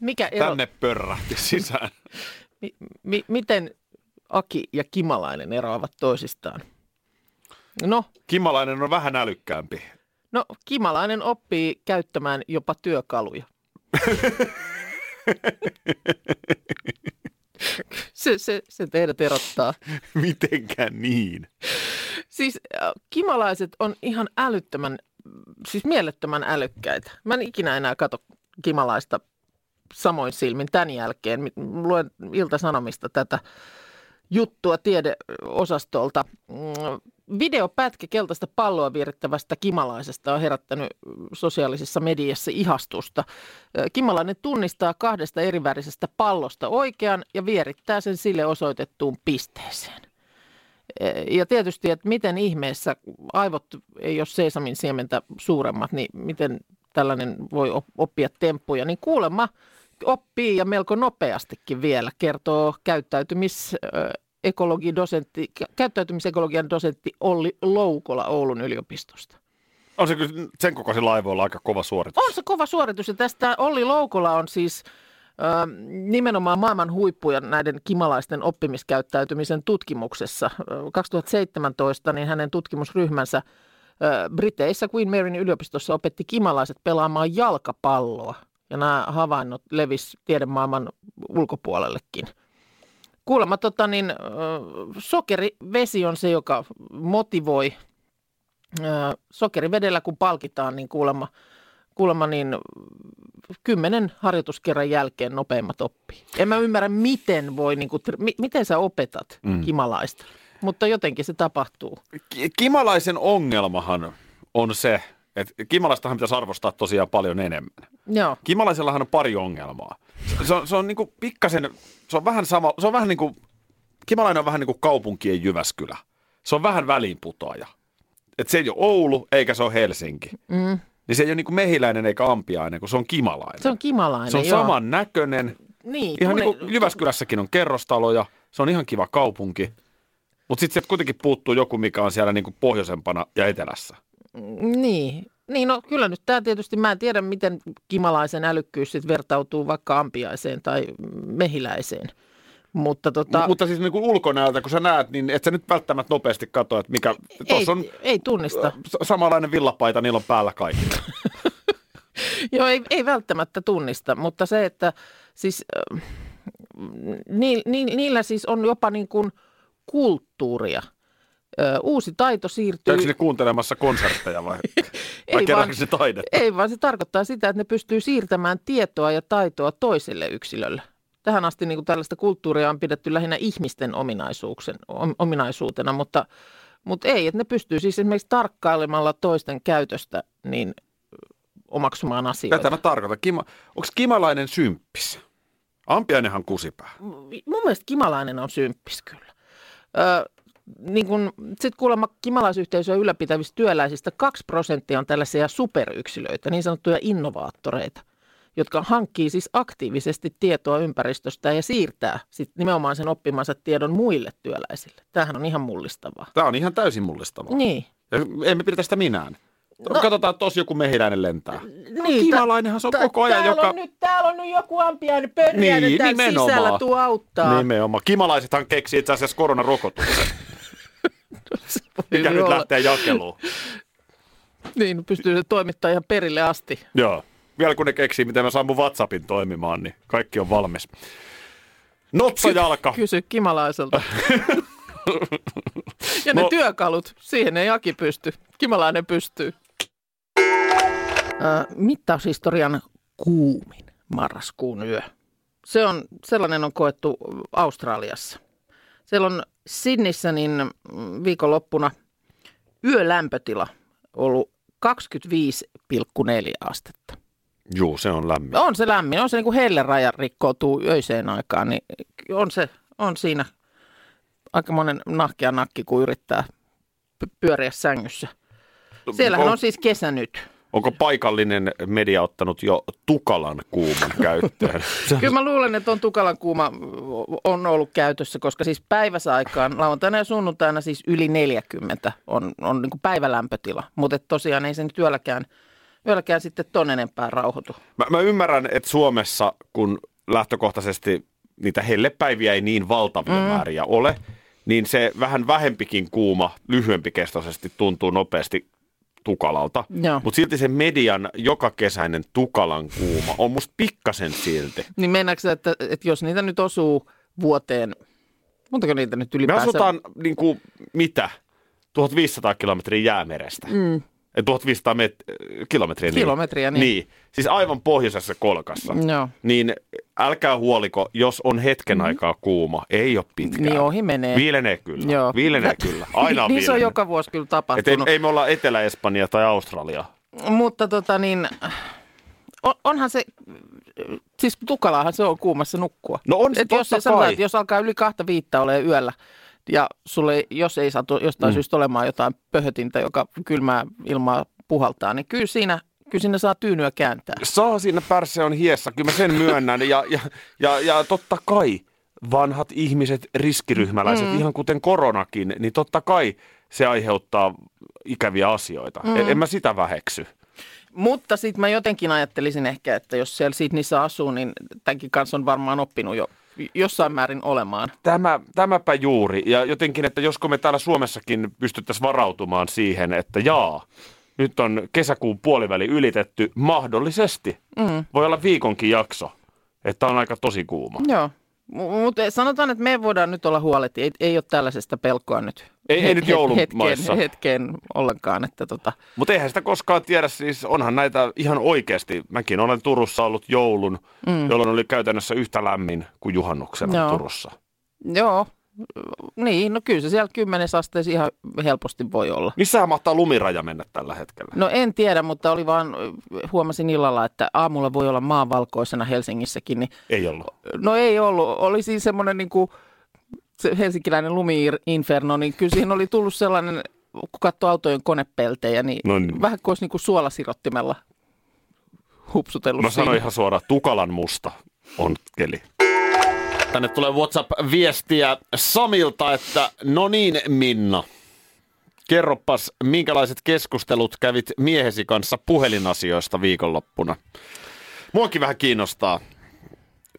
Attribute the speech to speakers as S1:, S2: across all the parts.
S1: Mikä ero,
S2: tänne pörrähti sisään?
S1: mi, mi, miten Aki ja Kimalainen eroavat toisistaan? No,
S2: Kimalainen on vähän älykkäämpi.
S1: no, Kimalainen oppii käyttämään jopa työkaluja. se, se, se teidät erottaa.
S2: Mitenkä niin?
S1: Siis äh, kimalaiset on ihan älyttömän, siis mielettömän älykkäitä. Mä en ikinä enää katso kimalaista samoin silmin tämän jälkeen. M- Luen Ilta-Sanomista tätä juttua tiedeosastolta. Mm, Videopätkä keltaista palloa vierittävästä kimalaisesta on herättänyt mm, sosiaalisessa mediassa ihastusta. Ö, Kimalainen tunnistaa kahdesta erivärisestä pallosta oikean ja vierittää sen sille osoitettuun pisteeseen. Ja tietysti, että miten ihmeessä aivot ei ole seisamin siementä suuremmat, niin miten tällainen voi op- oppia temppuja, niin kuulemma oppii ja melko nopeastikin vielä, kertoo käyttäytymis, ö, ekologi- dosentti, kä- käyttäytymisekologian dosentti Olli Loukola Oulun yliopistosta.
S2: On se kyllä sen kokoisilla laivoilla aika kova suoritus.
S1: On se kova suoritus ja tästä Olli Loukola on siis ö, nimenomaan maailman huippuja näiden kimalaisten oppimiskäyttäytymisen tutkimuksessa. Ö, 2017 niin hänen tutkimusryhmänsä ö, Briteissä Queen Maryn yliopistossa opetti kimalaiset pelaamaan jalkapalloa. Ja nämä havainnot levis tiedemaailman ulkopuolellekin. Kuulemma tota, niin, ö, sokerivesi on se, joka motivoi. Ö, Sokerivedellä kun palkitaan, niin kuulemma, kuulemma niin kymmenen harjoituskerran jälkeen nopeimmat oppii. En mä ymmärrä, miten voi, niin kuin, mi, miten sä opetat mm. kimalaista, mutta jotenkin se tapahtuu.
S2: Ki- Kimalaisen ongelmahan on se, että kimalaistahan pitäisi arvostaa tosiaan paljon enemmän.
S1: Joo,
S2: Kimalaisellahan on pari ongelmaa. Se on, se on niinku pikkasen, se on vähän sama, se on vähän niinku, Kimalainen on vähän niinku kaupunkien Jyväskylä. Se on vähän väliinputoaja. Et se ei ole Oulu eikä se ole Helsinki. Mm. Niin se ei ole niinku mehiläinen eikä ampiainen, kun se on kimalainen.
S1: se on kimalainen.
S2: se on
S1: joo.
S2: saman näköinen.
S1: Niin,
S2: Ihan
S1: tunne-
S2: niin kuin Jyväskylässäkin on kerrostaloja, se on ihan kiva kaupunki. Mutta sitten sieltä kuitenkin puuttuu joku, mikä on siellä niinku pohjoisempana ja etelässä.
S1: Niin. Niin, no kyllä nyt tämä tietysti, mä en tiedä miten kimalaisen älykkyys sit vertautuu vaikka ampiaiseen tai mehiläiseen. Mutta tota,
S2: Ta- mutta siis niinku ulkonäöltä, kun sä näet, niin et sä nyt välttämättä nopeasti katso, että mikä...
S1: ei,
S2: Tuossa on
S1: ei tunnista.
S2: S- samanlainen villapaita niillä on päällä kaikki.
S1: Joo, ei, ei välttämättä tunnista, mutta se, että siis äh, ni, ni, niillä siis on jopa niin kuin kulttuuria. Ö, Uusi taito siirtyy...
S2: Käykö ne kuuntelemassa konsertteja vai, vai
S1: Ei
S2: kerääkö
S1: vaan-
S2: se taidetta?
S1: Ei, vaan se tarkoittaa sitä, että ne pystyy siirtämään tietoa ja taitoa toiselle yksilölle. Tähän asti niin kuin tällaista kulttuuria on pidetty lähinnä ihmisten ominaisuuksen, om- ominaisuutena, mutta, mutta ei, että ne pystyy siis esimerkiksi tarkkailemalla toisten käytöstä niin ö, omaksumaan asioita.
S2: Tätä mä tarkoitan. Kima, Onko kimalainen symppis? Ampiainenhan kusipää.
S1: mun mielestä kimalainen on symppis kyllä. Ö, niin kun, sit kuulemma kimalaisyhteisöä ylläpitävistä työläisistä 2 prosenttia on tällaisia superyksilöitä, niin sanottuja innovaattoreita, jotka hankkii siis aktiivisesti tietoa ympäristöstä ja siirtää sit nimenomaan sen oppimansa tiedon muille työläisille. Tämähän on ihan mullistavaa.
S2: Tämä on ihan täysin mullistavaa.
S1: Niin.
S2: Ja ei me pidetä sitä minään. No, Katsotaan, että tossa joku mehiläinen lentää. No,
S1: Niin,
S2: kimalainenhan se on koko ajan,
S1: täällä,
S2: joka...
S1: on nyt, täällä on nyt joku ampiainen pörjäinen
S2: Niin,
S1: niin, täällä
S2: nimenomaan. Niin.
S1: sisällä, tuu auttaa.
S2: Nimenomaan. Kimalaisethan keksi itse asiassa koronarokotuksen,
S1: Se voi
S2: mikä nyt
S1: olla.
S2: lähtee jakeluun.
S1: Niin, pystyy se toimittamaan ihan perille asti.
S2: Joo. Vielä kun ne keksii, miten mä saan mun WhatsAppin toimimaan, niin kaikki on valmis. Notsajalka.
S1: Kysy kimalaiselta. ja ne
S2: No-
S1: työkalut, siihen ei Aki pysty. Kimalainen pystyy. Ö, Äh, mittaushistorian kuumin marraskuun yö. Se on, sellainen on koettu Australiassa. Siellä on Sidnissä niin mm, viikonloppuna yölämpötila ollut 25,4 astetta.
S2: Juu, se on lämmin.
S1: On se lämmin, on se niin kuin helleraja rikkoutuu öiseen aikaan, niin on, se, on siinä aika monen nahki ja nakki, kun yrittää py- pyöriä sängyssä. Siellähän on, on siis kesä nyt.
S2: Onko paikallinen media ottanut jo Tukalan kuuman käyttöön?
S1: Kyllä mä luulen, että on Tukalan kuuma on ollut käytössä, koska siis päiväsaikaan, lauantaina ja sunnuntaina siis yli 40 on, on niin kuin päivälämpötila. Mutta tosiaan ei se nyt yölläkään, yölläkään sitten ton enempää rauhoitu.
S2: Mä, mä ymmärrän, että Suomessa, kun lähtökohtaisesti niitä hellepäiviä ei niin valtavia mm. määriä ole, niin se vähän vähempikin kuuma, lyhyempi kestoisesti tuntuu nopeasti Tukalalta.
S1: Joo.
S2: Mutta silti se median joka kesäinen Tukalan kuuma on musta pikkasen silti.
S1: Niin meinaatko sä, että, että jos niitä nyt osuu vuoteen, montako niitä nyt
S2: Me
S1: ylipäänsä?
S2: asutaan niin kuin, mitä? 1500 kilometriä jäämerestä. Mm. 1500 met- kilometriä. niin.
S1: Kilometriä, niin.
S2: niin. Siis aivan pohjoisessa kolkassa.
S1: Joo. Mm.
S2: Niin älkää huoliko, jos on hetken aikaa kuuma. Ei ole pitkään.
S1: Niin ohi menee.
S2: Viilenee kyllä.
S1: Joo.
S2: Viilenee kyllä. Aina on
S1: niin se on
S2: viilenee.
S1: joka vuosi kyllä
S2: Et ei,
S1: tapahtunut.
S2: ei me olla Etelä-Espanja tai Australia.
S1: Mutta tota niin, on, onhan se, siis tukalaahan se on kuumassa nukkua.
S2: No on se
S1: Et jos,
S2: totta
S1: sanotaan,
S2: kai.
S1: että jos alkaa yli kahta viittä ole yöllä, ja sulle, jos ei satu jostain mm. syystä olemaan jotain pöhötintä, joka kylmää ilmaa puhaltaa, niin kyllä siinä, kyllä siinä saa tyynyä kääntää.
S2: Saa siinä pärse on hiessä, kyllä mä sen myönnän. Ja, ja, ja, ja totta kai vanhat ihmiset, riskiryhmäläiset, mm. ihan kuten koronakin, niin totta kai se aiheuttaa ikäviä asioita. Mm. En mä sitä väheksy.
S1: Mutta sitten mä jotenkin ajattelisin ehkä, että jos siellä Sydneyssä asuu, niin tämänkin kanssa on varmaan oppinut jo jossain määrin olemaan.
S2: Tämä, tämäpä juuri. Ja jotenkin, että josko me täällä Suomessakin pystyttäisiin varautumaan siihen, että jaa, nyt on kesäkuun puoliväli ylitetty mahdollisesti. Mm. Voi olla viikonkin jakso, että on aika tosi kuuma.
S1: Joo. Mutta sanotaan, että me voidaan nyt olla huoleti. Ei, ei ole tällaisesta pelkoa nyt.
S2: Ei- ei
S1: Het-
S2: nyt
S1: het-
S2: joulumaissa.
S1: Hetkeen, hetkeen ollenkaan. Että tota.
S2: Mutta eihän sitä koskaan tiedä, siis onhan näitä ihan oikeasti. Mäkin olen Turussa ollut joulun, mm. jolloin oli käytännössä yhtä lämmin kuin juhannuksena
S1: Joo.
S2: Joo. Turussa.
S1: Joo. Niin, no kyllä se siellä kymmenes asteessa ihan helposti voi olla.
S2: Missähän mahtaa lumiraja mennä tällä hetkellä?
S1: No en tiedä, mutta oli vaan, eh, huomasin illalla, että aamulla voi olla maanvalkoisena Helsingissäkin, niin
S2: Ei ollut.
S1: No ei ollut. Oli siinä semmoinen niin kuin, se helsinkiläinen lumi-inferno, niin kyllä siihen oli tullut sellainen, kun katsoi autojen konepeltejä, niin,
S2: No niin.
S1: vähän kuin olisi niin kuin suolasirottimella hupsutellut
S2: Mä
S1: siinä.
S2: sanoin No ihan suoraan, Tukalan musta on keli. Tänne tulee WhatsApp-viestiä Samilta, että no niin Minna, kerropas minkälaiset keskustelut kävit miehesi kanssa puhelinasioista viikonloppuna. Muakin vähän kiinnostaa.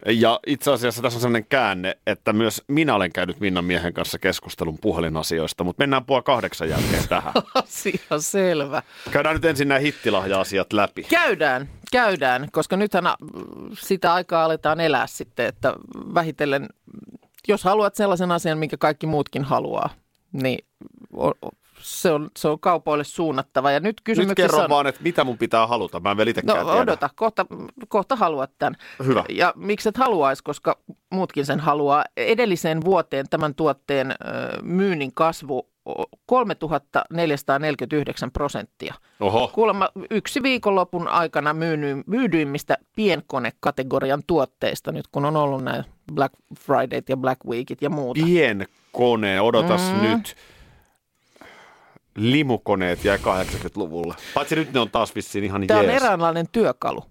S2: Ja itse asiassa tässä on sellainen käänne, että myös minä olen käynyt Minnan miehen kanssa keskustelun puhelinasioista, mutta mennään puoli kahdeksan jälkeen tähän.
S1: Asia selvä.
S2: Käydään nyt ensin nämä hittilahja-asiat läpi.
S1: Käydään, käydään, koska nythän mm, sitä aikaa aletaan elää sitten, että vähitellen, jos haluat sellaisen asian, minkä kaikki muutkin haluaa, niin o- o- se on, se on kaupoille suunnattava. Ja nyt kysymyksessä
S2: Nyt kerro
S1: on...
S2: vaan, että mitä mun pitää haluta. Mä en vielä
S1: No
S2: itsekään tiedä.
S1: odota, kohta, kohta haluat tämän.
S2: Hyvä.
S1: Ja miksi et haluaisi, koska muutkin sen haluaa. Edelliseen vuoteen tämän tuotteen ö, myynnin kasvu o, 3449 prosenttia.
S2: Oho.
S1: Kuulemma yksi viikonlopun aikana myyny, myydyimmistä pienkonekategorian tuotteista, nyt kun on ollut nämä Black Fridayt ja Black Weekit ja muuta.
S2: Pienkone, odotas mm. nyt. Limukoneet jäi 80-luvulle. Paitsi nyt ne on taas vissiin ihan
S1: Tämä on
S2: jees.
S1: eräänlainen työkalu.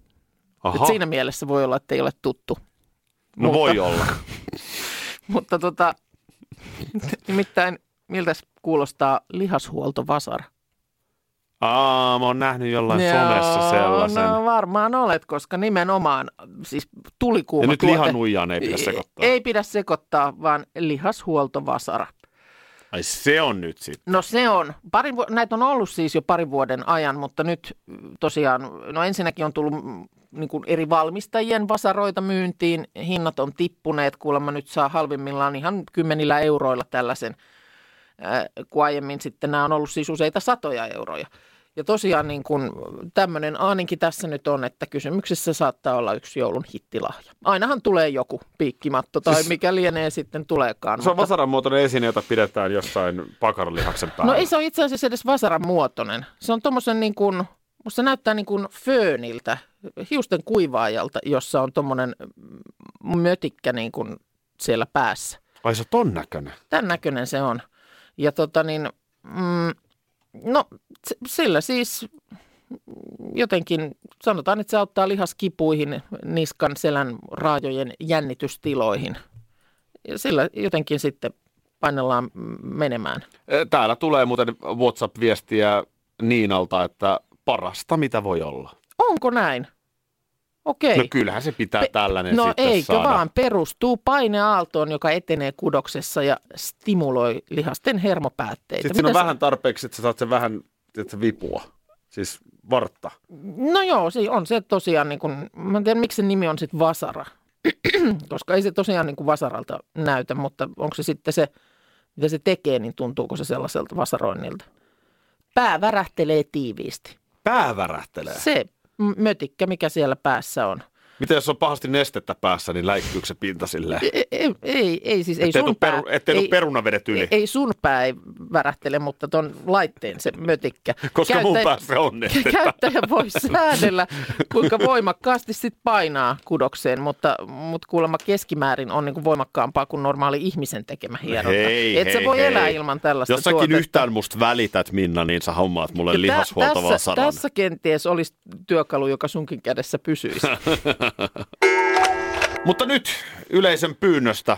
S1: Et siinä mielessä voi olla, että ei ole tuttu.
S2: no voi
S1: mutta-
S2: olla.
S1: Mutta tota, nimittäin miltä kuulostaa lihashuoltovasar?
S2: Aa, mä oon nähnyt jollain
S1: Joo,
S2: somessa sellaisen.
S1: No varmaan olet, koska nimenomaan siis tulikuuma
S2: ja nyt
S1: tuote-
S2: lihan nuijaan ei pidä sekoittaa.
S1: Ei pidä sekoittaa, vaan lihashuoltovasara.
S2: Ai se on nyt sit.
S1: No se on. Pari, vu- näitä on ollut siis jo parin vuoden ajan, mutta nyt mm, tosiaan, no ensinnäkin on tullut mm, niin kuin eri valmistajien vasaroita myyntiin. Hinnat on tippuneet, kuulemma nyt saa halvimmillaan ihan kymmenillä euroilla tällaisen, äh, kun aiemmin sitten nämä on ollut siis useita satoja euroja. Ja tosiaan niin kuin tämmöinen ainakin tässä nyt on, että kysymyksessä saattaa olla yksi joulun hittilahja. Ainahan tulee joku piikkimatto tai
S2: Siis-
S1: mikä lienee sitten tuleekaan.
S2: Se on
S1: mutta-
S2: vasaran muotoinen esine, jota pidetään jossain pakaralihaksen päällä.
S1: No ei se ole itse asiassa edes vasaran muotoinen. Se on tuommoisen niin kuin Musta se näyttää niin kuin fööniltä, hiusten kuivaajalta, jossa on tuommoinen mötikkä niin kuin siellä päässä.
S2: Ai se on ton näköinen.
S1: Tämän näköinen se on. Ja tota niin, mm, no s- sillä siis jotenkin sanotaan, että se auttaa lihaskipuihin, niskan, selän, raajojen jännitystiloihin. Ja sillä jotenkin sitten painellaan mm, menemään.
S2: Täällä tulee muuten WhatsApp-viestiä Niinalta, että parasta mitä voi olla.
S1: Onko näin? Okei.
S2: No kyllähän se pitää
S1: Pe-
S2: tällainen
S1: no
S2: sitten
S1: eikö
S2: saada.
S1: vaan, perustuu paineaaltoon, joka etenee kudoksessa ja stimuloi lihasten hermopäätteitä.
S2: Sitten siinä on
S1: Mitä sä-
S2: vähän tarpeeksi, että sä saat sen vähän että vipua, siis vartta.
S1: No joo, se on se tosiaan, niin kuin, mä en tiedä miksi sen nimi on sitten vasara, koska ei se tosiaan niin kuin vasaralta näytä, mutta onko se sitten se, mitä se tekee, niin tuntuuko se sellaiselta vasaroinnilta. Pää värähtelee tiiviisti.
S2: Pää värähtelee.
S1: Se m- mötikkä, mikä siellä päässä on.
S2: Mitä jos on pahasti nestettä päässä, niin läikkyykö se pinta silleen?
S1: Ei, ei, E- ei, ei siis ei
S2: ettei
S1: sun
S2: tuu,
S1: pää.
S2: peru, ettei tuu
S1: ei,
S2: peruna vedet yli,
S1: ei, ei sun pää ei värähtele, mutta ton laitteen se mötikkä.
S2: koska mun
S1: Käyttäjä-
S2: päässä on nestettä.
S1: Käyttäjä voi säädellä, kuinka voimakkaasti sit painaa kudokseen, mutta, mutta kuulemma keskimäärin on niin kuin voimakkaampaa kuin normaali ihmisen tekemä hieronta.
S2: Hei,
S1: Et sä
S2: hei,
S1: voi
S2: hei.
S1: elää ilman tällaista tuota.
S2: Jos säkin
S1: tuotetta.
S2: yhtään musta välität, Minna, niin sä hommaat mulle
S1: Ja tä-
S2: lihashuoltavaa
S1: tässä,
S2: saran.
S1: tässä kenties olisi työkalu, joka sunkin kädessä pysyisi.
S2: Mutta nyt yleisön pyynnöstä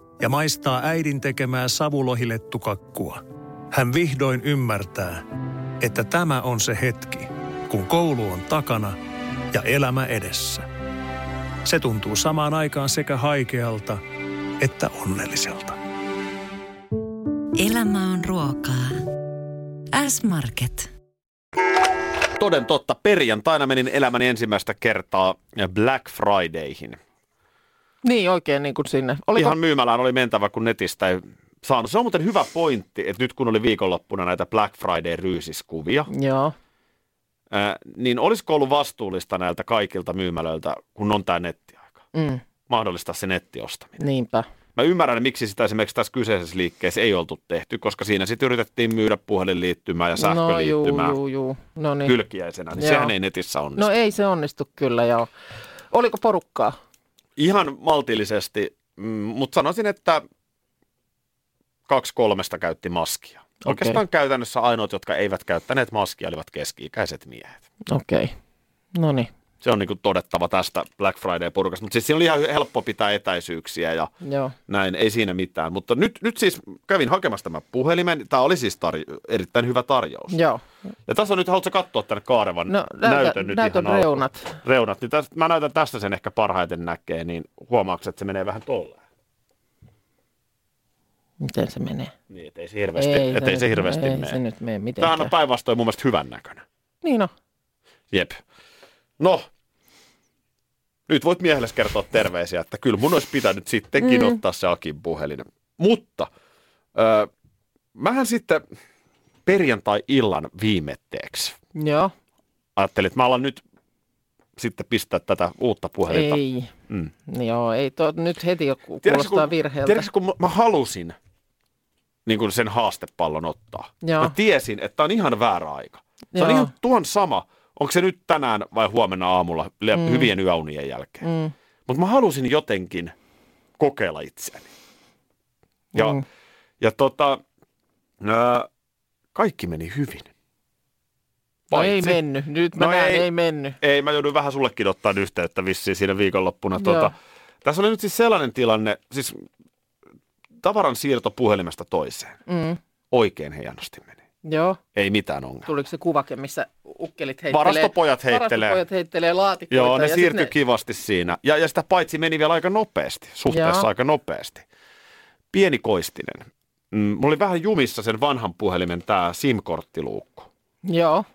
S3: ja maistaa äidin tekemää savulohilettukakkua, hän vihdoin ymmärtää, että tämä on se hetki, kun koulu on takana ja elämä edessä. Se tuntuu samaan aikaan sekä haikealta että onnelliselta.
S4: Elämä on ruokaa. S-Market.
S2: Toden totta, perjantaina menin elämäni ensimmäistä kertaa Black Fridayhin.
S1: Niin, oikein niin kuin sinne.
S2: Oliko...
S1: Oliko
S2: Ihan myymälään oli mentävä, kun netistä ei saanut. Se on muuten hyvä pointti, että nyt kun oli viikonloppuna näitä Black Friday-ryysiskuvia,
S1: Joo.
S2: ää, niin olisiko ollut vastuullista näiltä kaikilta myymälöiltä, kun on tämä nettiaika,
S1: Mm,
S2: mahdollistaa se nettiostaminen.
S1: niinpä.
S2: Mä ymmärrän, miksi sitä esimerkiksi tässä kyseisessä liikkeessä ei oltu tehty, koska siinä sitten yritettiin myydä puhelinliittymää ja
S1: no juu,
S2: sähköliittymää no,
S1: juu, juu. No niin.
S2: kylkiäisenä, niin
S1: Joo.
S2: sehän ei netissä onnistu.
S1: No ei se onnistu kyllä, joo. Oliko porukkaa?
S2: Ihan maltillisesti, mutta sanoisin, että kaksi kolmesta käytti maskia. Oikeastaan käytännössä ainoat, jotka eivät käyttäneet maskia, olivat keski-ikäiset miehet.
S1: Okei. Okay. No niin,
S2: Se on niin todettava tästä Black Friday-porukasta. Mutta siis siinä oli ihan helppo pitää etäisyyksiä ja
S1: joo.
S2: näin, ei siinä mitään. Mutta nyt, nyt siis kävin hakemassa tämän puhelimen. Tämä oli siis tarjo- erittäin hyvä tarjous.
S1: Joo.
S2: Ja tässä on nyt, haluatko sä katsoa tämän kaarevan
S1: No, näytä-
S2: näytön nyt
S1: näytön
S2: ihan alkuun?
S1: reunat.
S2: Reunat, niin tästä, mä näytän tästä sen ehkä parhaiten näkee, niin huomaatko, että se menee vähän tolleen.
S1: Miten se menee?
S2: Niin, ettei se hirveästi, ei, ettei
S1: nyt-
S2: se hirveästi
S1: ei
S2: mene.
S1: se nyt mene mitenkään.
S2: Tämähän on päinvastoin mun mielestä hyvän näköinen.
S1: Niin on.
S2: Jep. No, nyt voit miehelle kertoa terveisiä, että kyllä mun olisi pitänyt sittenkin mm. ottaa se Akin puhelin. Mutta öö, mähän sitten perjantai-illan viimetteeksi
S1: Joo.
S2: ajattelin, että mä alan nyt sitten pistää tätä uutta puhelinta
S1: Ei.
S2: Mm.
S1: Mm. Joo, ei to, nyt heti jo ku-
S2: Tiedätkö,
S1: kuulostaa virheeltä.
S2: Tiedätkö, kun mä- mä halusin niin kuin sen haastepallon ottaa.
S1: Joo.
S2: Mä tiesin, että tää on ihan väärä aika. Se on
S1: Joo.
S2: ihan tuon sama, onko se nyt tänään vai huomenna aamulla le-
S1: Mm.
S2: hyvien yöunien jälkeen. Mm. Mutta mä halusin jotenkin kokeilla itseäni. Ja, mm. ja tota, ö, kaikki meni hyvin.
S1: no ei
S2: Paitsi-
S1: mennyt, nyt mä
S2: No
S1: no näen,
S2: ei.
S1: ei, ei mennyt.
S2: ei, mä joudun vähän sullekin ottaa yhteyttä vissiin siinä viikonloppuna.
S1: Joo.
S2: Tuota, tässä oli nyt siis sellainen tilanne, siis tavaran siirto puhelimesta toiseen.
S1: Mm.
S2: Oikein hienosti meni.
S1: Joo,
S2: Ei mitään ongelmaa.
S1: tuliko se kuvake, missä ukkelit heittelee?
S2: Varastopojat heittelee.
S1: Varastopojat heittelee laatikoita.
S2: Joo, ne
S1: ja sit
S2: siirtyi ne... kivasti siinä. Ja, ja sitä paitsi meni vielä aika nopeasti, suhteessa
S1: Joo.
S2: aika nopeasti. Pieni koistinen. Mm, mulla oli vähän jumissa sen vanhan puhelimen tämä SIM-korttiluukku.
S1: Ne, joo,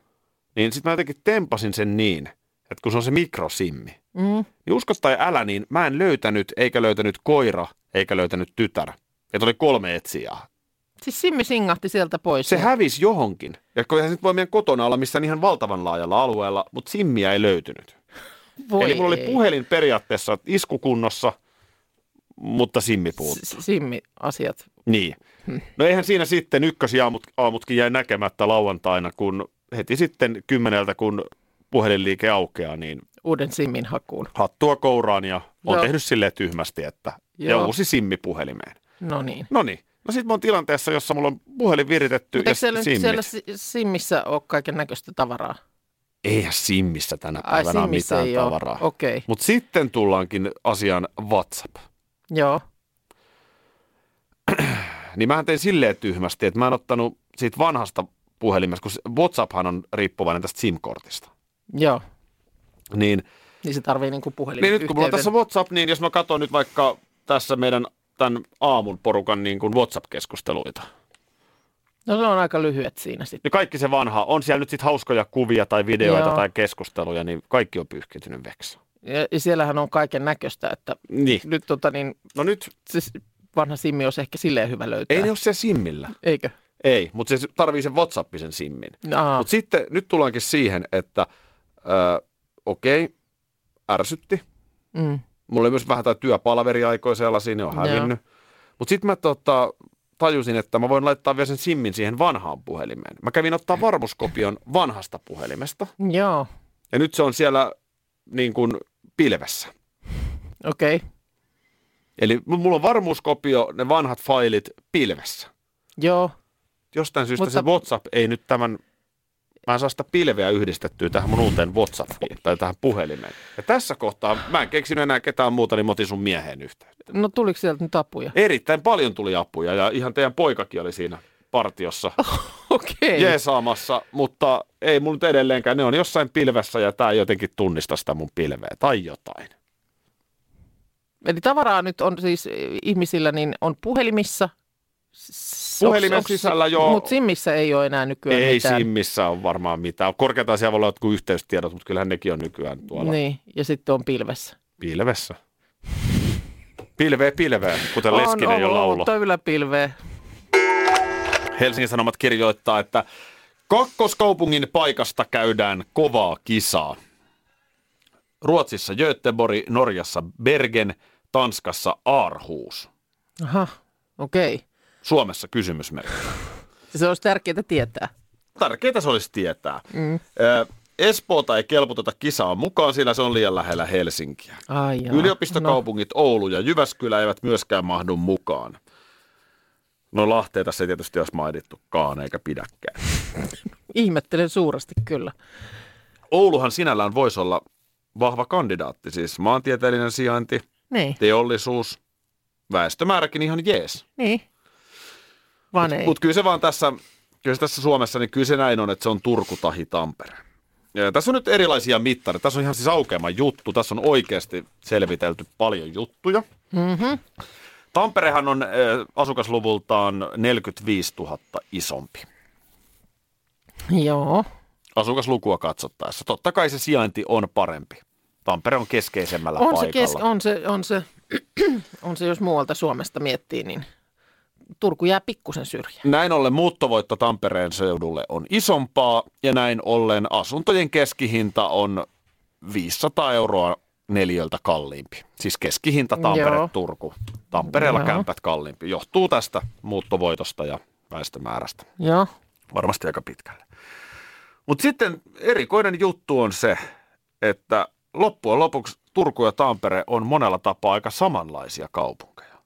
S2: Niin sitten mä jotenkin tempasin sen niin, että kun se on se mikrosimmi,
S1: mm.
S2: Niin usko tai älä, niin mä en löytänyt, eikä löytänyt koira, eikä löytänyt tytär. Että oli kolme etsijää.
S1: Siis Simmi singahti sieltä pois.
S2: Se hävisi johonkin. Ja kun eihän se nyt voi meidän kotona olla missään ihan valtavan laajalla alueella, mutta simmiä ei löytynyt.
S1: Voi
S2: Eli mulla oli
S1: ei.
S2: puhelin periaatteessa iskukunnossa, mutta simmi puuttu.
S1: S- Hmm. Simmi asiat.
S2: Niin. No eihän siinä sitten ykkösiaamut aamutkin jäi näkemättä lauantaina, kun heti sitten kymmeneltä, kun puhelinliike aukeaa, niin
S1: Uuden Simmin hakuun.
S2: hattua kouraan ja on
S1: Joo.
S2: tehnyt silleen tyhmästi, että ja
S1: Joo.
S2: uusi simmi puhelimeen.
S1: No niin.
S2: No niin. No sit mä oon tilanteessa, jossa mulla on puhelin viritetty
S1: Mutta
S2: ja
S1: eikö siellä, nyt
S2: simmit.
S1: siellä Si- Simmissä ole kaiken näköistä tavaraa?
S2: Eihän simmissä tänä
S1: Ai
S2: päivänä ole
S1: Simmissä
S2: mitään
S1: ei ole.
S2: tavaraa. Okay.
S1: Okei, okay.
S2: Mutta sitten tullaankin asiaan WhatsApp.
S1: joo.
S2: Niin mä tein silleen tyhmästi, että mä en ottanut siitä vanhasta puhelimesta, kun se- WhatsApphan on riippuvainen tästä SIM-kortista.
S1: Joo,
S2: Niin
S1: niin se tarvii niin kuin puhelin.
S2: Niin nyt kun mulla on tässä WhatsApp, niin jos mä katson nyt vaikka tässä meidän tämän aamun porukan niin kuin WhatsApp-keskusteluita,
S1: No se on aika lyhyet siinä sitten.
S2: niin kaikki se vanha, on siellä nyt sitten hauskoja kuvia tai videoita
S1: Joo.
S2: tai keskusteluja, niin kaikki on pyyhkiytynyt veksi.
S1: Ja, ja siellähän on kaiken näköistä, että
S2: Niin.
S1: nyt tota niin,
S2: No nyt,
S1: siis vanha simmi olisi ehkä silleen hyvä löytää.
S2: ei ne ole siellä simmillä.
S1: Eikö?
S2: Ei, mutta se tarvii sen WhatsAppisen simmin.
S1: Aa,
S2: Mutta sitten nyt tullaankin siihen, että ö, okei, ärsytti.
S1: mm.
S2: Mulla oli myös vähän tai työpalaveriaikoja sellaisia, ne on
S1: Joo.
S2: hävinnyt. Mutta sitten mä tota, tajusin, että mä voin laittaa vielä sen simmin siihen vanhaan puhelimeen. Mä kävin ottaa varmuuskopion vanhasta puhelimesta
S1: Joo,
S2: ja nyt se on siellä niin kuin pilvessä.
S1: okei. Okay.
S2: Eli m- mulla on varmuuskopio, ne vanhat failit pilvessä.
S1: Joo,
S2: Jostain syystä
S1: Mutta-
S2: se WhatsApp ei nyt tämän, mä en saa sitä pilveä yhdistettyä tähän mun uuteen WhatsAppiin tai tähän puhelimeen. Ja tässä kohtaa, mä en keksinyt enää ketään muuta, niin mä otin sun mieheen yhteyttä.
S1: no tuliko sieltä nyt apuja?
S2: Erittäin paljon tuli apuja ja ihan teidän poikakin oli siinä partiossa
S1: Okei.
S2: jeesaamassa, mutta ei mun nyt edelleenkään, ne on jossain pilvessä ja tää ei jotenkin tunnista sitä mun pilveä tai jotain.
S1: Eli tavaraa nyt on siis eh, ihmisillä niin on puhelimissa. S-
S2: Puhelimen
S1: onks- onks-
S2: sisällä joo.
S1: Mut simmissä ei ole enää nykyään
S2: ei
S1: mitään.
S2: simmissä ole varmaan mitään. Korkeintaan siellä voi olla jotkut yhteystiedot, mutta kyllähän nekin on nykyään tuolla niin.
S1: Niin, ja sitten on pilvessä.
S2: pilvessä. Pilveä pilveä, kuten on, Leskinen
S1: on,
S2: jo
S1: on,
S2: laulo.
S1: on, on yllä pilveä.
S2: Helsingin Sanomat kirjoittaa, että kakkoskaupungin paikasta käydään kovaa kisaa. Ruotsissa Göteborg, Norjassa Bergen, Tanskassa Aarhus.
S1: Aha, okei.
S2: Suomessa kysymysmerkki.
S1: Se olisi tärkeää tietää.
S2: Tärkeää se olisi tietää. Mm. Espoota ei kelpoteta kisaan mukaan, sillä se on liian lähellä Helsinkiä.
S1: Ai jaa.
S2: Yliopistokaupungit no. Oulu ja Jyväskylä eivät myöskään mahdu mukaan. No Lahtea tässä ei tietysti olisi mainittukaan eikä pidäkään.
S1: Ihmettelen suuresti kyllä.
S2: Ouluhan sinällään voisi olla vahva kandidaatti, siis maantieteellinen sijainti,
S1: Niin,
S2: teollisuus, väestömääräkin ihan jees.
S1: niin. Vaan ei.
S2: Mutta kyllä se vaan tässä, kyllä se tässä Suomessa, niin kyllä se näin on, että se on Turku tahi Tampere. Ja tässä on nyt erilaisia mittareita. Tässä on ihan siis aukeama juttu. Tässä on oikeasti selvitelty paljon juttuja. Mm-hmm. Tamperehan on eh, asukasluvultaan 45 000 isompi.
S1: Joo,
S2: Asukaslukua katsottaessa. Totta kai se sijainti on parempi. Tampere on keskeisemmällä
S1: on se,
S2: paikalla.
S1: kes, on, se, on, se, on se, jos muualta Suomesta miettii, niin Turku jää pikkusen syrjään.
S2: Näin ollen muuttovoitto Tampereen seudulle on isompaa ja näin ollen asuntojen keskihinta on 500 euroa neliöltä kalliimpi. Siis keskihinta Tampere,
S1: Joo.
S2: Joo. Turku. Tampereella
S1: Joo.
S2: Joo. kämpät kalliimpi. Johtuu tästä muuttovoitosta ja väestömäärästä.
S1: Joo,
S2: Varmasti aika pitkälle. Mutta sitten erikoinen juttu on se, että loppujen lopuksi Turku ja Tampere on monella tapaa aika samanlaisia kaupunkeja.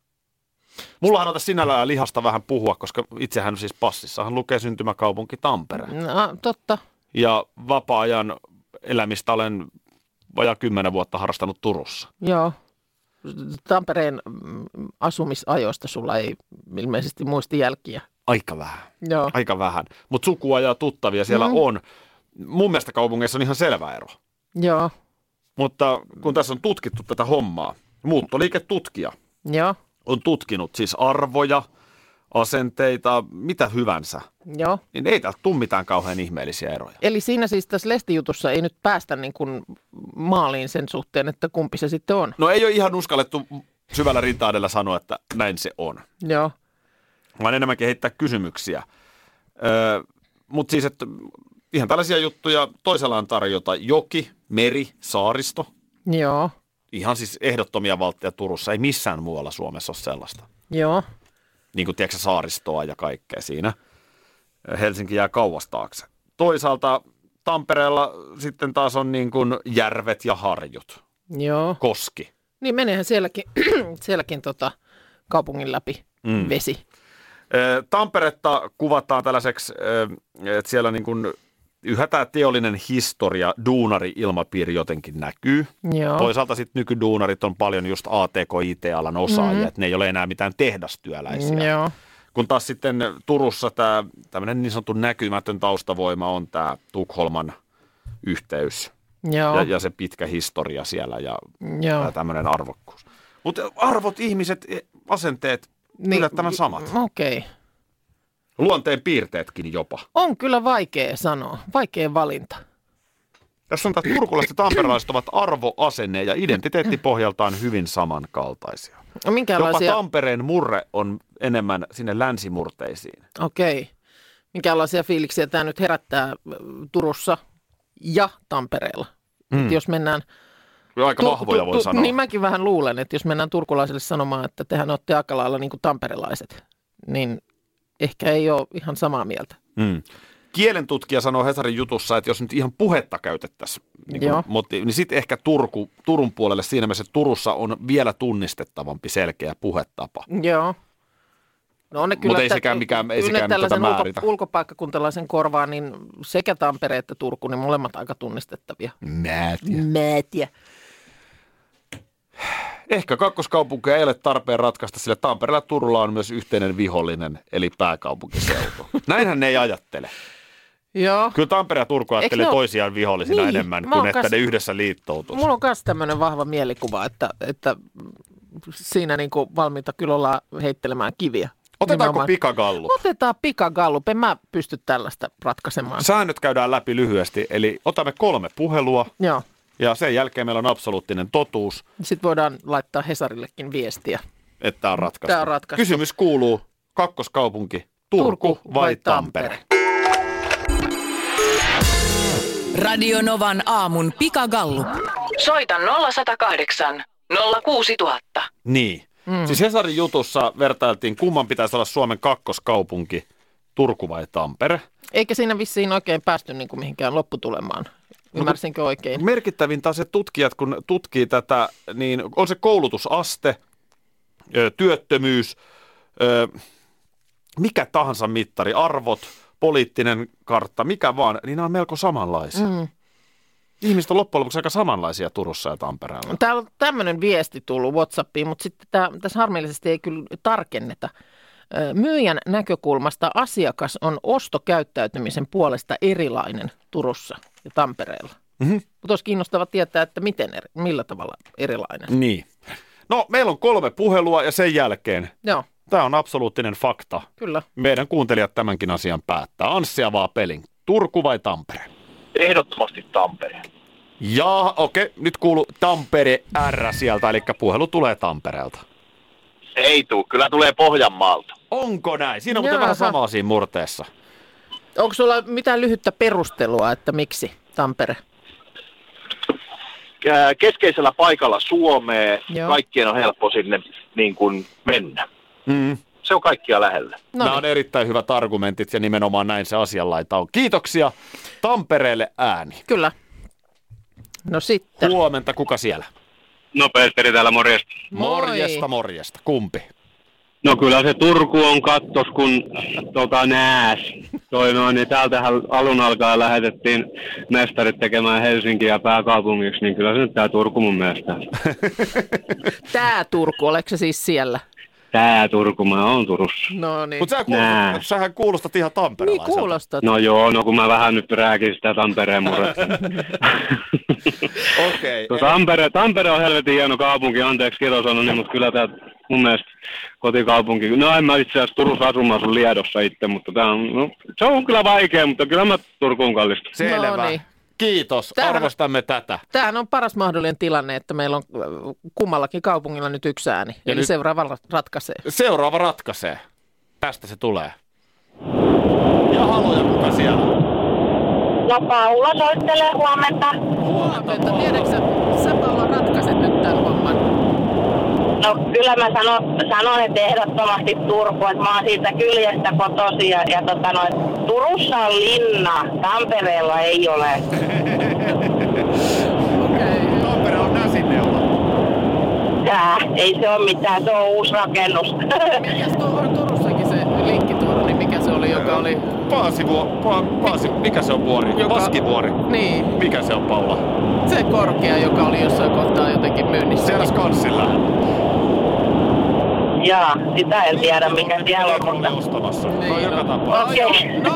S2: Mullahan on tässä sinällään lihasta vähän puhua, koska itsehän siis passissahan lukee syntymäkaupunki Tampere.
S1: no, totta.
S2: Ja vapaa-ajan elämistä olen vajaa kymmenen vuotta harrastanut Turussa.
S1: Joo. Tampereen mm, asumisajoista sulla ei ilmeisesti muisti jälkiä.
S2: Aika vähän.
S1: Joo.
S2: Aika vähän. Mutta sukua ja tuttavia siellä
S1: Mm.
S2: mm. on. Mun mielestä kaupungeissa on ihan selvä ero.
S1: Joo.
S2: Mutta kun tässä on tutkittu tätä hommaa, muuttoliiketutkija
S1: Joo.
S2: on tutkinut siis arvoja, asenteita, mitä hyvänsä,
S1: Joo.
S2: niin ei täältä tule mitään kauhean ihmeellisiä eroja.
S1: Eli siinä siis tässä lestijutussa ei nyt päästä niin kuin maaliin sen suhteen, että kumpi se sitten on.
S2: No ei ole ihan uskallettu syvällä rintaadella sanoa, että näin se on,
S1: Joo.
S2: vaan enemmänkin heittää kysymyksiä. Öö, Mutta siis, että ihan tällaisia juttuja toisella on tarjota joki, meri, saaristo.
S1: Joo.
S2: Ihan siis ehdottomia valtteja Turussa, ei missään muualla Suomessa ole sellaista.
S1: Joo.
S2: niin kuin tiedätkö, saaristoa ja kaikkea siinä. Helsinki jää kauas taakse. Toisaalta Tampereella sitten taas on niin kuin järvet ja harjut,
S1: Joo.
S2: koski.
S1: Niin meneehän sielläkin, sielläkin tota, kaupungin läpi mm. vesi.
S2: Ö, Tamperetta kuvataan tällaiseksi, ö, että siellä niin kuin yhä tämä teollinen historia, duunari-ilmapiiri jotenkin näkyy.
S1: Joo.
S2: Toisaalta sitten nykyduunarit on paljon just ATK-IT-alan osaajia, mm-hmm. että ne ei ole enää mitään tehdastyöläisiä.
S1: Joo.
S2: Kun taas sitten Turussa tämä tämmöinen niin sanottu näkymätön taustavoima on tämä Tukholman yhteys.
S1: Joo,
S2: ja, ja se pitkä historia siellä ja,
S1: joo.
S2: ja tämmöinen arvokkuus. Mutta arvot, ihmiset, e, asenteet, niin, yllättävän samat.
S1: Okei. Okay.
S2: Luonteen piirteetkin jopa.
S1: On kyllä vaikea sanoa, vaikea valinta.
S2: Tässä on, että turkulaiset ja tamperelaiset ovat arvo, asenne ja identiteetti pohjaltaan hyvin samankaltaisia.
S1: No minkäänlaisia,
S2: Jopa Tampereen murre on enemmän sinne länsimurteisiin.
S1: okei, okay. minkäänlaisia fiiliksiä tämä nyt herättää ö, Turussa ja Tampereella? Mm. Jos mennään
S2: Aika
S1: Tu-
S2: vahvoja
S1: tu-
S2: voi
S1: tu-
S2: sanoa.
S1: Niin mäkin vähän luulen, että jos mennään turkulaiselle sanomaan, että tehän olette aika lailla niin kuin tamperelaiset, niin ehkä ei ole ihan samaa mieltä.
S2: Mm. Kielentutkija sanoo Hesarin jutussa, että jos nyt ihan puhetta käytettäisiin, niin,
S1: Joo.
S2: kuin, niin sitten ehkä Turku, Turun puolelle siinä mielessä, että Turussa on vielä tunnistettavampi selkeä puhetapa.
S1: Joo. No on ne kyllä,
S2: Mutta ei
S1: tä-
S2: sekään mikään- ei
S1: kyllä ne
S2: sekään
S1: tällaisen
S2: tätä
S1: ulko-
S2: määritä.
S1: ulkopaikkakuntalaisen korvaan, niin sekä Tampere että Turku, niin molemmat aika tunnistettavia.
S2: Mä
S1: Määtiä.
S2: Ehkä kakkoskaupunkia ei ole tarpeen ratkaista, sillä Tampereella ja Turulla on myös yhteinen vihollinen, eli pääkaupunkiseutu. Näinhän ne ei ajattele.
S1: Joo.
S2: Kyllä Tampere ja Turku
S1: ne
S2: ajattelee
S1: oo-
S2: toisiaan vihollisina
S1: Niin,
S2: enemmän
S1: mä
S2: kuin
S1: oon
S2: että
S1: kas-
S2: ne yhdessä liittoutuisi.
S1: Mulla on myös tämmöinen vahva mielikuva, että, että siinä niin kuin valmiita kyllä ollaan heittelemään kiviä.
S2: Otetaanko
S1: Nimenomaan.
S2: pikagallu?
S1: Otetaan pikagallup. En mä pysty tällaista ratkaisemaan.
S2: Säännöt käydään läpi lyhyesti, eli otamme kolme puhelua
S1: Joo.
S2: ja sen jälkeen meillä on absoluuttinen totuus,
S1: Sitten voidaan laittaa Hesarillekin viestiä.
S2: että tämä on ratkaistu.
S1: Tää on ratkaistu.
S2: Kysymys kuuluu, kakkoskaupunki, Turku, vai
S1: Turku vai
S2: Tampere?
S1: Tampere?
S5: Radionovan aamun pikagallup.
S4: Soita 0108 06000.
S2: Niin. Mm. Siis Hesarin jutussa vertailtiin, kumman pitäisi olla Suomen kakkoskaupunki, Turku vai Tampere.
S1: Eikä siinä vissiin oikein päästy niin kuin mihinkään lopputulemaan.
S2: No
S1: Ymmärsinkö oikein?
S2: Merkittävintä on se tutkijat, kun tutkii tätä, niin on se koulutusaste, ö, työttömyys, ö, mikä tahansa mittari, arvot, poliittinen kartta, mikä vaan, niin nämä on melko samanlaisia. Mm. Ihmiset on loppujen lopuksi aika samanlaisia Turussa ja Tampereella.
S1: Täällä on tämmöinen viesti tullut Whatsappiin, mutta sitten tää, tässä harmillisesti ei kyllä tarkenneta. Ö, Myyjän näkökulmasta asiakas on ostokäyttäytymisen puolesta erilainen Turussa ja Tampereella.
S2: Mhm.
S1: Mutta olisi kiinnostava tietää, että miten eri, millä tavalla erilainen.
S2: Niin. No, meillä on kolme puhelua ja sen jälkeen,
S1: Joo,
S2: tämä on absoluuttinen fakta,
S1: kyllä.
S2: meidän kuuntelijat tämänkin asian päättää. Anssi avaa pelin. Turku vai Tampere?
S6: Ehdottomasti Tampere.
S2: Jaa, okei. Nyt kuuluu Tampere R sieltä, eli puhelu tulee Tampereelta.
S6: Ei tuu, kyllä tulee Pohjanmaalta.
S2: Onko näin? Siinä on muuten
S1: Jaaha.
S2: vähän samaa siinä murteessa.
S1: Onko sulla mitään lyhyttä perustelua, että miksi Tampere?
S6: Ää, Keskeisellä paikalla Suomeen
S1: Joo.
S6: kaikkien on helppo sinne niin kuin mennä.
S2: Mm.
S6: Se on kaikkia lähellä.
S1: No
S2: Nämä on erittäin hyvät argumentit ja nimenomaan näin se asianlaita on. Kiitoksia. Tampereelle ääni.
S1: Kyllä. No sitten.
S2: Huomenta, kuka siellä?
S6: No Petteri täällä morjesta.
S1: Moi.
S2: Morjesta, morjesta. Kumpi?
S6: No kyllä se Turku on kattos, kun tota nääs. Toi noin, niin täältähän alun alkaen lähetettiin mestarit tekemään Helsinkiä pääkaupungiksi, niin kyllä se nyt tää Turku mun mielestä. on.
S1: Tää Turku, oletko se siis siellä?
S6: Tää Turku, mä oon Turussa.
S1: No niin.
S2: Mutta sähän
S6: Nää.
S2: kuulostat, sähän kuulostat ihan
S1: Niin
S2: tamperelaiselta.
S1: kuulostaa.
S6: No joo, no kun mä vähän nyt rääkin sitä Tampereen murretta.
S2: Okei.
S6: No Tampere, Tampere on helvetin hieno kaupunki, anteeksi kiitos Anoni, mutta kyllä tämä mun mielestä kotikaupunki. No en mä itse asiassa Turussa asumaan sun Liedossa itse, mutta tää on, no, se on kyllä vaikea, mutta kyllä mä Turkuun kallistun.
S2: Selvä.
S1: No niin.
S2: Kiitos.
S1: Tämähän-
S2: Arvostamme tätä.
S1: Tämähän on paras mahdollinen tilanne, että meillä on äh, kummallakin kaupungilla nyt yksi ääni. Ja Eli
S2: nyt-
S1: nyt... seuraava ra- ratkaisee.
S2: Seuraava ratkaisee. Tästä se tulee. Ja haluja kuka siellä?
S7: Ja Paula soittelee huomenta.
S1: Huomenta, tiedätkö sä, sä Paula ratkaiset nyt tämän homman.
S7: No kyllä mä sanon, sanon että ehdottomasti Turku, että mä oon siitä kyljestä kotosi ja, ja tota noin, Turussa on linna, Tampereella ei ole.
S1: Okay.
S2: Tampere on näsineula.
S7: Tää, ei se ole mitään, se on uusi rakennus.
S1: Mikäs tuo on Turussakin se linkkitorni, mikä se oli, joka oli...
S2: Paasivuo, pa, paasi, mikä se on vuori? Joka...
S1: Joka-
S2: Vaskivuori.
S1: Niin,
S2: Mikä se on, Paula?
S1: se korkea, joka oli jossain kohtaa jotenkin myynnissä.
S2: Siellä Skanssilla.
S7: Jaa, sitä en tiedä, miten siellä on, mutta...
S2: ostamassa. No joka tapaa.
S7: Okei.
S1: Niin. No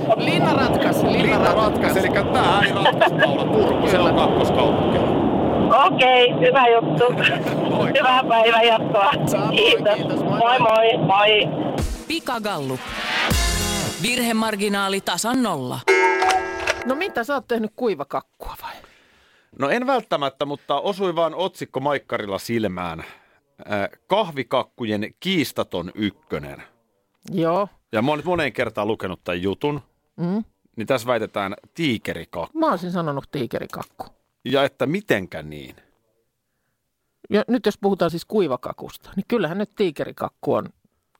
S1: mutta Linna ratkaisi, Linna
S2: Linna ratkaisi,
S1: ratkaisi.
S2: eli tämä ei ratkaisi Paula Turku, se on kakkoskaupunki.
S7: Okei, hyvä juttu. Hyvää päivän jatkoa.
S1: Samoin,
S7: Kiitos.
S1: kiitos, moi
S7: Moi moi. Moi.
S5: Pikagallup. Virhemarginaali tasan nolla.
S1: No mitä, sä oot tehnyt kuivakakkua vai?
S2: No en välttämättä, mutta osui vaan otsikko maikkarilla silmään. Äh, Kahvikakkujen kiistaton ykkönen.
S1: Joo.
S2: Ja mä oon nyt moneen kertaan lukenut tämän jutun.
S1: Mm.
S2: Niin tässä väitetään tiikerikakku.
S1: Mä olisin sanonut tiikerikakku.
S2: Ja että mitenkä niin?
S1: Ja nyt jos puhutaan siis kuivakakusta, niin kyllähän nyt tiikerikakku on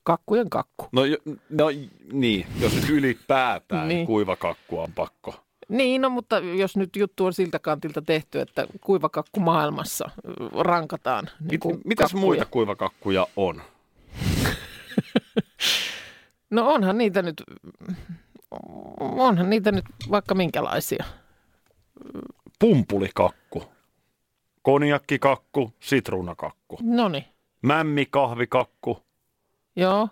S1: kakkujen kakku.
S2: No, jo- no niin, jos nyt ylipäätään
S1: Niin.
S2: niin. kuivakakkua on pakko.
S1: Niin, no mutta jos nyt juttu on siltä kantilta tehty, että kuivakakku maailmassa ö, rankataan. Niin
S2: Mit,
S1: kuin
S2: mitäs
S1: kakkuja.
S2: muita kuivakakkuja on?
S1: No onhan niitä nyt, onhan niitä nyt vaikka minkälaisia.
S2: Pumpulikakku, konjakkikakku, sitruunakakku,
S1: No niin,
S2: mämmikahvikakku.
S1: joo.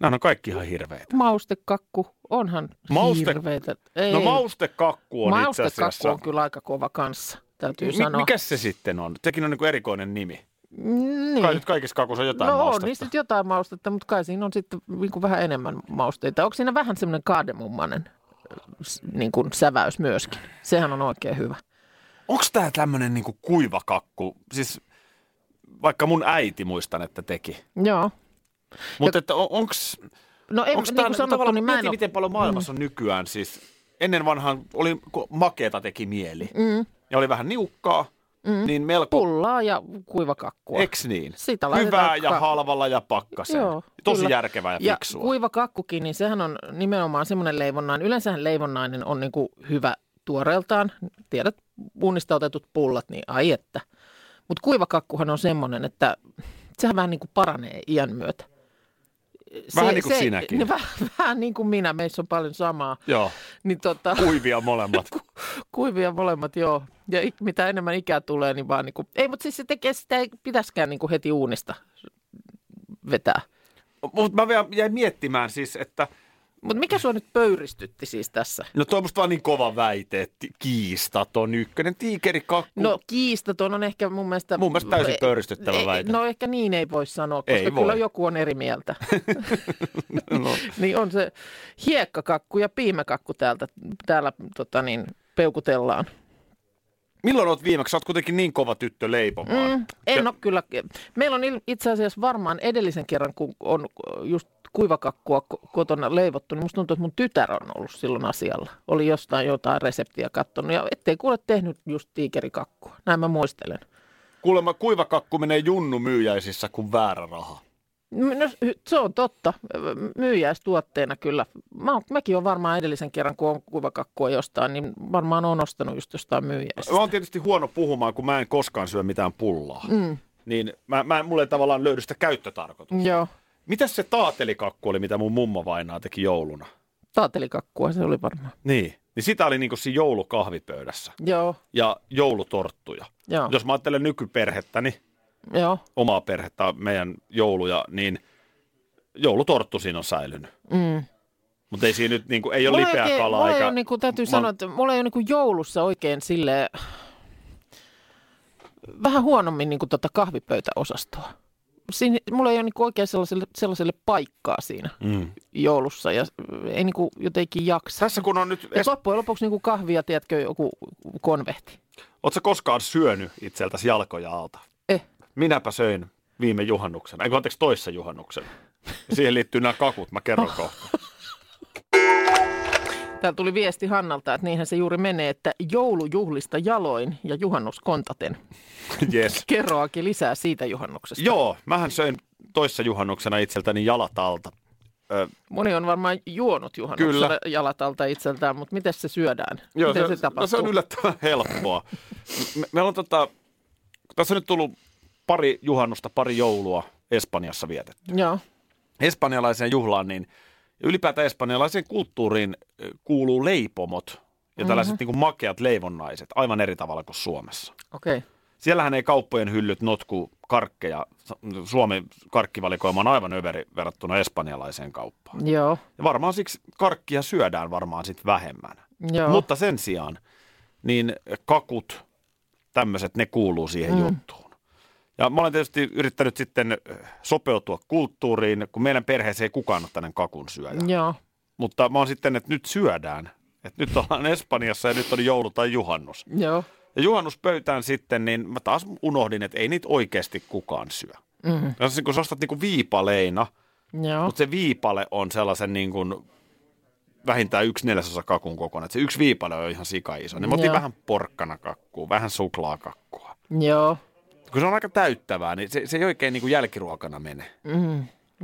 S2: Nämä on kaikki ihan hirveitä.
S1: Maustekakku, onhan
S2: Mauste-
S1: hirveitä. Ei.
S2: No maustekakku on itse
S1: Maustekakku
S2: asiassa.
S1: on kyllä aika kova kanssa, täytyy
S2: Mi-
S1: sanoa.
S2: Mikä se sitten on? Sekin on niin kuin erikoinen nimi.
S1: Niin.
S2: Kai nyt kaikissa kakuissa on jotain
S1: no on
S2: maustetta.
S1: niistä nyt jotain maustetta, mutta kai siinä on sitten niin kuin vähän enemmän mausteita. Onko siinä vähän semmoinen kaademummainen s- niin kuin säväys myöskin? Sehän on oikein hyvä.
S2: Onko tämä tämmöinen niinku kuivakakku? Siis vaikka mun äiti muistan, että teki.
S1: Joo.
S2: Mutta että on, onks,
S1: No ei,
S2: onks
S1: niin
S2: tää
S1: kuin sanottu,
S2: tavallaan-
S1: niin mä en
S2: mieti,
S1: ole...
S2: miten paljon maailmassa on nykyään. Siis ennen vanhaan oli, kun makeeta teki mieli.
S1: Mm,
S2: Ja oli vähän niukkaa,
S1: mm.
S2: niin melko...
S1: Pullaa ja kuivakakkua.
S2: Eks niin?
S1: Sitä
S2: Hyvää
S1: laitetaan
S2: ja
S1: ka-
S2: halvalla ja pakkaseen.
S1: Joo,
S2: Tosi
S1: kyllä.
S2: järkevää ja,
S1: Ja
S2: fiksua.
S1: kuiva kakkukin, niin sehän on nimenomaan semmoinen leivonnainen. Yleensähän leivonnainen on niin kuin hyvä tuoreeltaan. Tiedät, uunista otetut pullat, niin ai että. Mutta kuivakakkuhan on semmoinen, että sehän vähän niin kuin paranee iän myötä.
S2: Vähän niin kuin sinäkin.
S1: Niin, vähän, vähän niin kuin minä, meissä on paljon samaa.
S2: Joo,
S1: Niin tota,
S2: kuivia molemmat.
S1: kuivia molemmat, joo. Ja ik- mitä enemmän ikää tulee, niin vaan niin kuin, ei, mutta siis se tekee, sitä ei pitäskään niin kuin heti uunista vetää.
S2: Mutta mä vielä jäin miettimään siis, että
S1: Mutta mikä sua nyt pöyristytti siis tässä?
S2: No toi on musta vaan niin kova väite, että kiistaton ykkönen, tiikeri kakku.
S1: No kiistaton on ehkä mun mielestä...
S2: Mun mielestä täysin
S1: e-
S2: pöyristyttävä
S1: e-
S2: väite.
S1: No ehkä niin ei voi sanoa, koska
S2: Ei voi.
S1: kyllä joku on eri mieltä.
S2: no.
S1: niin on se hiekkakakku ja piimäkakku täältä, täällä tota niin, peukutellaan.
S2: Milloin oot viimeksi? Sä oot kuitenkin niin kova tyttö leipomaan.
S1: Mm,
S2: Mm.
S1: en
S2: Ja-
S1: ole kyllä. Meillä on il- itse asiassa varmaan edellisen kerran, kun on just kuivakakkua ko- kotona leivottu, niin musta tuntuu, että mun tytär on ollut silloin asialla. Oli jostain jotain reseptiä kattonut ja ettei kuule tehnyt just tiikerikakkua. Näin mä muistelen.
S2: Kuulemma kuivakakku menee junnu myyjäisissä kuin väärä raha.
S1: No, se on totta. Myyjäistuotteena kyllä. Mä, oon- mäkin on varmaan edellisen kerran, kun on kuvakakkua jostain, niin varmaan on ostanut just jostain myyjäistä.
S2: Mä oon tietysti huono puhumaan, kun mä en koskaan syö mitään pullaa.
S1: Mm,
S2: Niin mä, mä, mulle ei tavallaan löydy sitä käyttötarkoitusta.
S1: joo,
S2: Mitäs se taatelikakku oli, mitä mun mummo vainaa teki jouluna?
S1: taatelikakkua se oli varmaan.
S2: Niin. Niin sitä oli niinku siinä joulukahvipöydässä
S1: Joo,
S2: ja joulutorttuja.
S1: joo,
S2: Jos mä ajattelen niin nykyperhettäni,
S1: joo.
S2: omaa perhettä, meidän jouluja, niin joulutorttu siinä on säilynyt.
S1: Mm.
S2: Mutta ei siinä nyt, niin kuin, ei ole
S1: Mulla
S2: lipeä
S1: oikein-
S2: kalaa.
S1: mulla ei
S2: eikä...
S1: ole, niin kuin, täytyy
S2: Mä-
S1: sanoa, että mulla ei ole niin kuin joulussa oikein sille vähän huonommin niin kuin tota kahvipöytäosastoa. Siinä, mulla ei ole niin kuin oikein sellaiselle, sellaiselle paikkaa siinä
S2: Mm.
S1: joulussa ja ei niin kuin jotenkin jaksa.
S2: Tässä kun on nyt,
S1: Ja
S2: es...
S1: loppujen lopuksi niin kahvia, tiedätkö, joku konvehti.
S2: ootko koskaan syönyt itseltäsi jalkoja alta?
S1: Eh.
S2: Minäpä söin viime juhannuksena, eikö anteeksi toissa juhannuksena. Siihen liittyy nämä kakut, mä kerron kohta.
S1: Täällä tuli viesti Hannalta, että niinhän se juuri menee, että joulujuhlista jaloin ja juhannus kontaten.
S2: Yes.
S1: Kerroakin lisää siitä juhannuksesta.
S2: Joo, mähän söin toissa juhannuksena itseltäni jalat alta. Ö,
S1: Moni on varmaan juonut juhannuksella Kyllä. jalat alta itseltään, mutta miten se syödään? miten se, tapahtuu?
S2: No se on yllättävän helppoa. Me, meillä on tota, tässä on nyt tullut pari juhannusta, pari joulua Espanjassa vietetty.
S1: Joo,
S2: Espanjalaiseen juhlaan, niin ylipäätään espanjalaiseen kulttuuriin ö, kuuluu leipomot ja
S1: Mhm.
S2: tällaiset mm-hmm. niin makeat leivonnaiset aivan eri tavalla kuin Suomessa.
S1: okei. Okay.
S2: Siellähän ei kauppojen hyllyt notku karkkeja, Suomen karkkivalikoima on aivan överi verrattuna espanjalaiseen kauppaan.
S1: Joo,
S2: Ja varmaan siksi karkkia syödään varmaan sitten vähemmän.
S1: joo.
S2: Mutta sen sijaan, niin kakut, tämmöiset, ne kuuluu siihen mm. juttuun. Ja mä olen tietysti yrittänyt sitten äh, sopeutua kulttuuriin, kun meidän perheessä ei kukaan ole tämmöinen kakun syöjä.
S1: joo.
S2: Mutta mä oon sitten, että nyt syödään. Että nyt ollaan Espanjassa ja nyt on joulu tai juhannus.
S1: Joo.
S2: Ja juhannuspöytään sitten, niin mä taas unohdin, että ei niitä oikeasti kukaan syö. Mm. Ja se, kun sä ostat niinku viipaleina,
S1: Joo.
S2: mutta se viipale on sellaisen niin kuin vähintään yksi neljäsosa kakun kokoinen. Et se yksi viipale on ihan sika iso. Niin mä otin
S1: Joo.
S2: vähän porkkanakakkua, vähän suklaakakkua.
S1: Joo.
S2: Kun se on aika täyttävää, niin se, se ei oikein niin kuin jälkiruokana mene.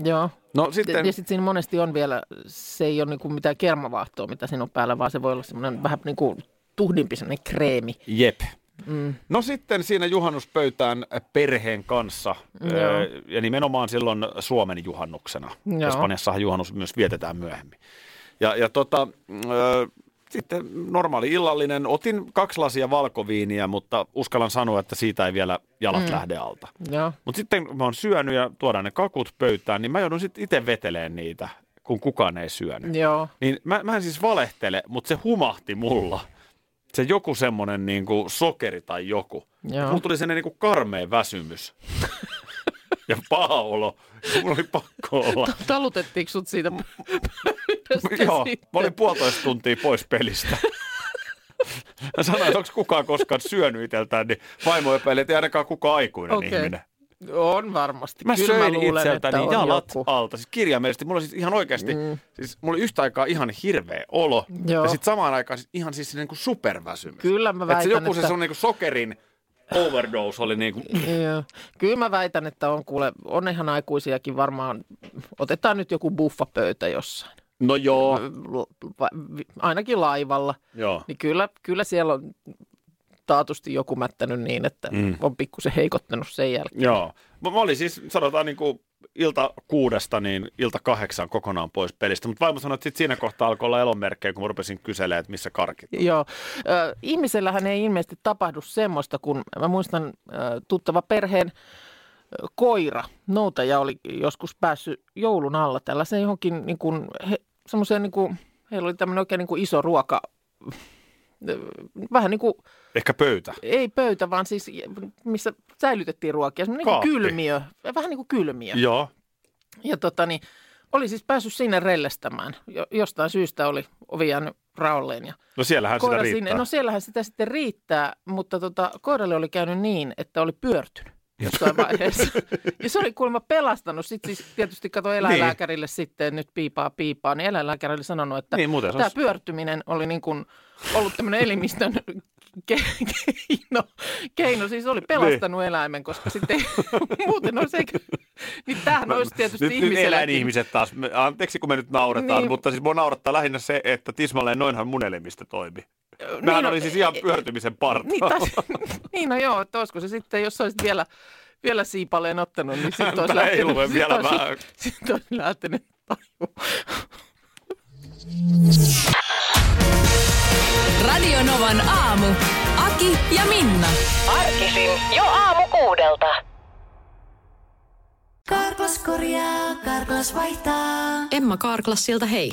S1: Joo.
S2: No
S1: Sitten...
S2: sitten,
S1: Mm. Ja sitten siinä monesti on vielä, se ei ole niinku mitään kermavaahtoa, mitä siinä on päällä, vaan se voi olla semmoinen vähän niin kuin tuhdimpi semmoinen kreemi.
S2: jep. Mm. No sitten siinä juhannuspöytään perheen kanssa,
S1: Joo.
S2: ö, ja nimenomaan silloin Suomen juhannuksena.
S1: Joo.
S2: Espanjassahan juhannus myös vietetään myöhemmin. Ja, ja tota, ö, sitten normaali illallinen. Otin kaksi lasia valkoviiniä, mutta uskallan sanoa, että siitä ei vielä jalat mm. lähde alta.
S1: Joo.
S2: Mutta sitten kun mä oon syönyt ja tuodaan ne kakut pöytään, niin mä joudun sitten itse veteleen niitä, kun kukaan ei syönyt.
S1: Joo.
S2: Niin mä, mä en siis valehtele, mutta se humahti mulla. Se joku semmoinen niin kuin sokeri tai joku.
S1: Joo.
S2: Ja Mulla tuli sellainen niin kuin karmea väsymys. ja paha olo. Mulla oli pakko olla.
S1: Talutettiinko sut siitä? pöydästä
S2: Joo,
S1: sitten?
S2: mä olin puolitoista tuntia pois pelistä. Mä sanoin, että onko kukaan koskaan syönyt itseltään, niin vaimo epäili, että ei ainakaan kukaan aikuinen
S1: Okei.
S2: okay. ihminen.
S1: On varmasti.
S2: Mä
S1: Kyllä
S2: söin
S1: mä luulen,
S2: itseltäni
S1: että on
S2: jalat
S1: joku.
S2: alta. Siis kirjaimellisesti, mulla siis ihan oikeasti, mm. siis mulla oli yhtä aikaa ihan hirveä olo.
S1: Joo.
S2: Ja sitten samaan aikaan siis ihan siis niin kuin superväsymys.
S1: Kyllä mä
S2: Et se
S1: väitän,
S2: joku se
S1: että-
S2: sun niin kuin sokerin overdose oli niin kuin,
S1: Joo. Kyllä mä väitän, että on kuule, on ihan aikuisiakin varmaan, otetaan nyt joku buffapöytä jossain.
S2: no joo,
S1: L- va- vi- Ainakin laivalla.
S2: joo.
S1: Niin kyllä, kyllä siellä on taatusti joku mättänyt niin, että mm. on pikkusen heikottanut sen jälkeen.
S2: Joo. Mä, mä olin siis, sanotaan niin kuin ilta kuudesta, niin ilta kahdeksaan kokonaan pois pelistä. Mutta vaimo sanoi, että sit siinä kohtaa alkoi olla elonmerkkejä, kun mä rupesin kyselemään, että missä karkit. on.
S1: Joo. Ö, ihmisellähän ei ilmeisesti tapahdu semmoista, kun mä muistan ö, tuttava perheen ö, koira, noutaja oli joskus päässyt joulun alla tällaiseen johonkin niin kuin, he, semmoiseen niin kuin, heillä oli tämmöinen oikein niin kuin iso ruoka, ö, vähän niin kuin,
S2: Ehkä pöytä.
S1: ei pöydä, vaan siis missä säilytettiin ruokia, semmoinen niin
S2: Kaappi.
S1: kuin kylmiö, vähän niin kuin kylmiö.
S2: Joo.
S1: Ja tota niin, oli siis päässyt sinne rellestämään. Jo, jostain syystä oli ovi jäänyt raolleen. Ja
S2: No siellähän sitä riittää.
S1: sinne, no siellähän sitä sitten riittää, mutta tota, koiralle oli käynyt niin, että oli pyörtynyt jossain vaiheessa. ja se oli kuulemma pelastanut. Sitten siis tietysti kato eläinlääkärille niin. sitten, nyt piipaa piipaa, niin eläinlääkäri oli sanonut, että
S2: Niin, muuten se
S1: tämä
S2: olisi-
S1: pyörtyminen oli niin kuin ollut tämmöinen elimistön ke- keino, keino. Siis oli pelastanut niin. eläimen, koska sitten muuten olisi eikä... Niin tämähän olisi tietysti
S2: nyt, nyt eläin
S1: ihmiselläkin.
S2: ihmiset taas. Me- Anteeksi, kun me nyt nauretaan, niin.
S1: Niin.
S2: mutta siis mua naurattaa lähinnä se, että tismalleen noinhan mun elimistö toimi. Mähän
S1: no,
S2: oli siis ihan pyörtymisen parta.
S1: Niin, taas, niin no joo, että olisiko se sitten, jos olisit vielä, vielä siipaleen ottanut, niin sitten olisi
S2: Häntä ei
S1: lähtenyt.
S2: lue
S1: sit
S2: vielä
S1: olisi-
S2: vähän.
S1: sit olisi lähtenyt tajuun.
S5: Radio Novan aamu. Aki ja Minna.
S4: Arkisin jo aamu kuudelta.
S8: Karklas korjaa, Karklas vaihtaa.
S9: Emma Karklas siltä hei.